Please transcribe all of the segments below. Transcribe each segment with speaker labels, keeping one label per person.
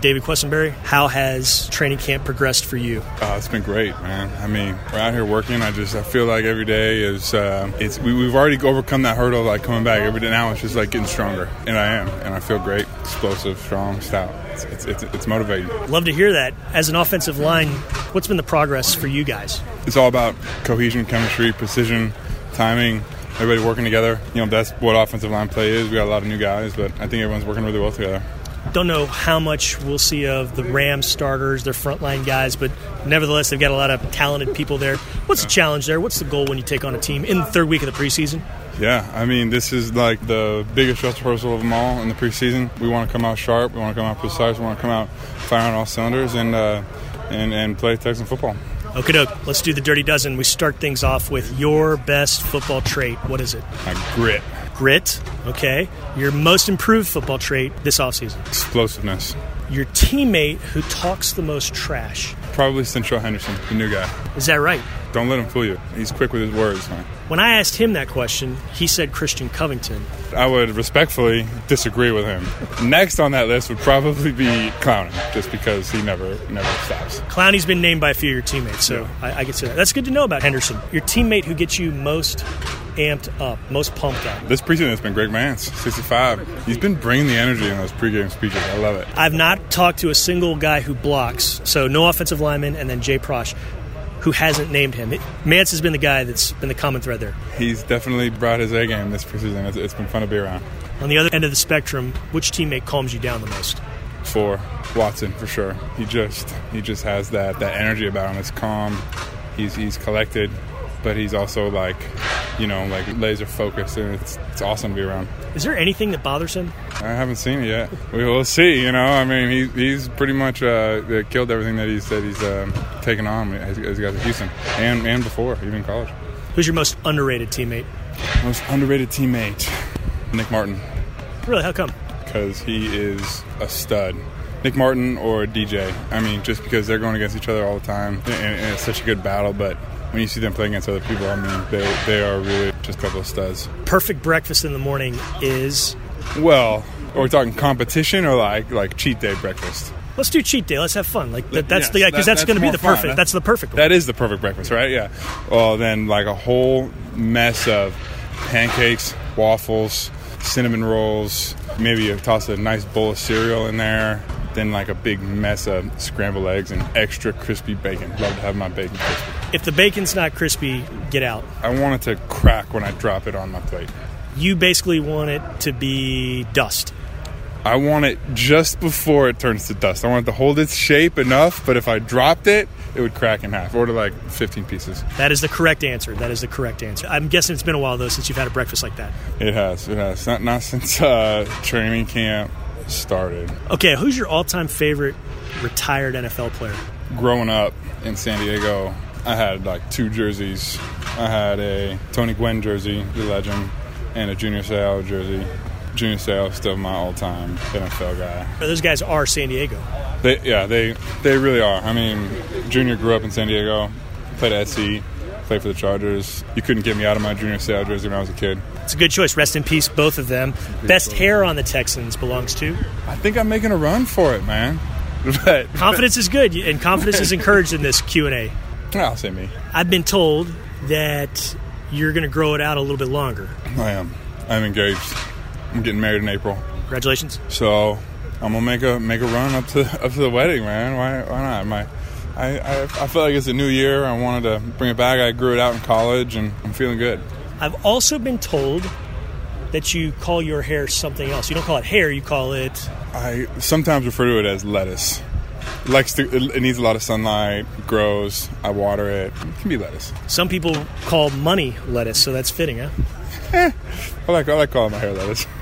Speaker 1: David Questenberry, how has training camp progressed for you?
Speaker 2: Oh, it's been great, man. I mean, we're out here working. I just I feel like every day is uh, it's we, we've already overcome that hurdle of, like coming back every day. Now it's just like getting stronger, and I am, and I feel great, explosive, strong, stout. It's it's, it's, it's motivating.
Speaker 1: Love to hear that. As an offensive line, what's been the progress for you guys?
Speaker 2: It's all about cohesion, chemistry, precision, timing. Everybody working together. You know, that's what offensive line play is. We got a lot of new guys, but I think everyone's working really well together.
Speaker 1: Don't know how much we'll see of the Rams starters, their frontline guys, but nevertheless, they've got a lot of talented people there. What's the challenge there? What's the goal when you take on a team in the third week of the preseason?
Speaker 2: Yeah, I mean, this is like the biggest dress rehearsal of them all in the preseason. We want to come out sharp. We want to come out precise. We want to come out firing all cylinders and uh, and and play Texan football.
Speaker 1: Okie doke, let's do the Dirty Dozen. We start things off with your best football trait. What is it?
Speaker 2: Like grit,
Speaker 1: Grit, okay. Your most improved football trait this offseason.
Speaker 2: explosiveness.
Speaker 1: Your teammate who talks the most trash.
Speaker 2: Probably Central Henderson, the new guy.
Speaker 1: Is that right?
Speaker 2: Don't let him fool you. He's quick with his words, man.
Speaker 1: When I asked him that question, he said Christian Covington.
Speaker 2: I would respectfully disagree with him. Next on that list would probably be clowning, just because he never never stops.
Speaker 1: Clowney's been named by a few of your teammates, so I, I could say that. That's good to know about Henderson. Your teammate who gets you most amped up, most pumped up.
Speaker 2: This preseason has been Greg Mance, 65. He's been bringing the energy in those pregame speeches. I love it.
Speaker 1: I've not talked to a single guy who blocks, so no offensive lineman, and then Jay Prosh, who hasn't named him. It, Mance has been the guy that's been the common thread there.
Speaker 2: He's definitely brought his A game this preseason. It's, it's been fun to be around.
Speaker 1: On the other end of the spectrum, which teammate calms you down the most?
Speaker 2: For Watson, for sure. He just he just has that that energy about him. It's calm. He's he's collected, but he's also like, you know, like laser focused, and it's it's awesome to be around.
Speaker 1: Is there anything that bothers him?
Speaker 2: I haven't seen it yet. We will see. You know, I mean, he, he's pretty much uh, killed everything that he's that he's um, taken on. He's, he's got to Houston and and before even college.
Speaker 1: Who's your most underrated teammate?
Speaker 2: Most underrated teammate, Nick Martin,
Speaker 1: Really, how come?
Speaker 2: because he is a stud. Nick Martin or DJ. I mean, just because they're going against each other all the time, and, and it's such a good battle. But when you see them playing against other people, I mean, they they are really just a couple of studs.
Speaker 1: Perfect breakfast in the morning is
Speaker 2: Well, are we talking competition or like like cheat day breakfast?
Speaker 1: let's do cheat day. Let's have fun. Like that,
Speaker 2: Th-
Speaker 1: that's
Speaker 2: yes,
Speaker 1: the guy because
Speaker 2: that-
Speaker 1: that's, going to be
Speaker 2: more
Speaker 1: the
Speaker 2: fun.
Speaker 1: perfect. That's the perfect one.
Speaker 2: That is the perfect breakfast, right? Yeah. Well, then like a whole mess of pancakes, waffles, cinnamon rolls. Maybe you toss a nice bowl of cereal in there. Then like a big mess of scrambled eggs and extra crispy bacon. Love to have my bacon crispy.
Speaker 1: if the bacon's not crispy, get out.
Speaker 2: I want it to crack when I drop it on my plate.
Speaker 1: You basically want it to be dust.
Speaker 2: I want it just before it turns to dust. I want it to hold its shape enough, but if I dropped it, it would crack in half or to like 15 pieces.
Speaker 1: That is the correct answer. That is the correct answer. I'm guessing it's been a while though since you've had a breakfast like that.
Speaker 2: It has. It has. Not not since uh, training camp started.
Speaker 1: Okay, who's your all-time favorite retired NFL player?
Speaker 2: Growing up in San Diego, I had like two jerseys. I had a Tony Gwynn jersey, the legend, and a Junior Seau jersey. Junior Seau still my all-time NFL guy.
Speaker 1: Those guys are San Diego.
Speaker 2: They, yeah, they they really are. I mean, Junior grew up in San Diego, played at SC, played for the Chargers. You couldn't get me out of my Junior Seau jersey when I was a kid.
Speaker 1: It's a good choice. Rest in peace, both of them. Best hair on the Texans belongs to.
Speaker 2: I think I'm making a run for it, man. But
Speaker 1: Confidence is good, and confidence is encouraged in this Q and A.
Speaker 2: I'll say me.
Speaker 1: I've been told that you're going to grow it out a little bit longer.
Speaker 2: I am. I'm engaged. I'm getting married in April,
Speaker 1: Congratulations.
Speaker 2: so I'm gonna make a make a run up to up to the wedding, man. Why why not? My I, I I feel like it's a new year. I wanted to bring it back. I grew it out in college, and I'm feeling good.
Speaker 1: I've also been told that you call your hair something else. You don't call it hair, you call it.
Speaker 2: I sometimes refer to it as lettuce. It likes to it, it needs a lot of sunlight. It grows. I water it. It can be lettuce.
Speaker 1: Some people call money lettuce, so that's fitting, huh?
Speaker 2: I like I like calling my hair lettuce.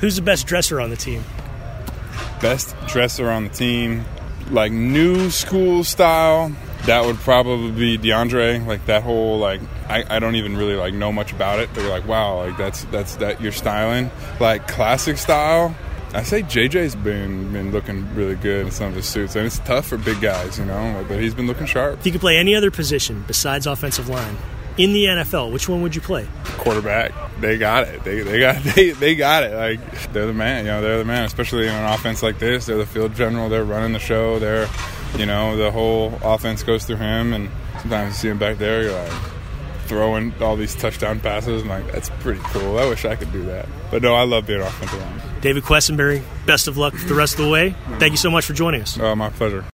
Speaker 1: Who's the best dresser on the team?
Speaker 2: Best dresser on the team, like new school style. That would probably be DeAndre. Like that whole like I, I don't even really like know much about it, but you're like wow, like that's that's that your styling, like classic style. I say JJ's been been looking really good in some of his suits, and it's tough for big guys, you know. But he's been looking sharp.
Speaker 1: If you could play any other position besides offensive line, in the NFL, which one would you play?
Speaker 2: quarterback. They got it. They, they got they, they got it. Like they're the man. You know, they're the man. Especially in an offense like this, they're the field general. They're running the show. They're, you know, the whole offense goes through him. And sometimes you see him back there. You're like throwing all these touchdown passes. and like, that's pretty cool. I wish I could do that. But no, I love being offensive line.
Speaker 1: David Questenberry, best of luck the rest of the way. Thank you so much for joining us.
Speaker 2: Oh, my pleasure.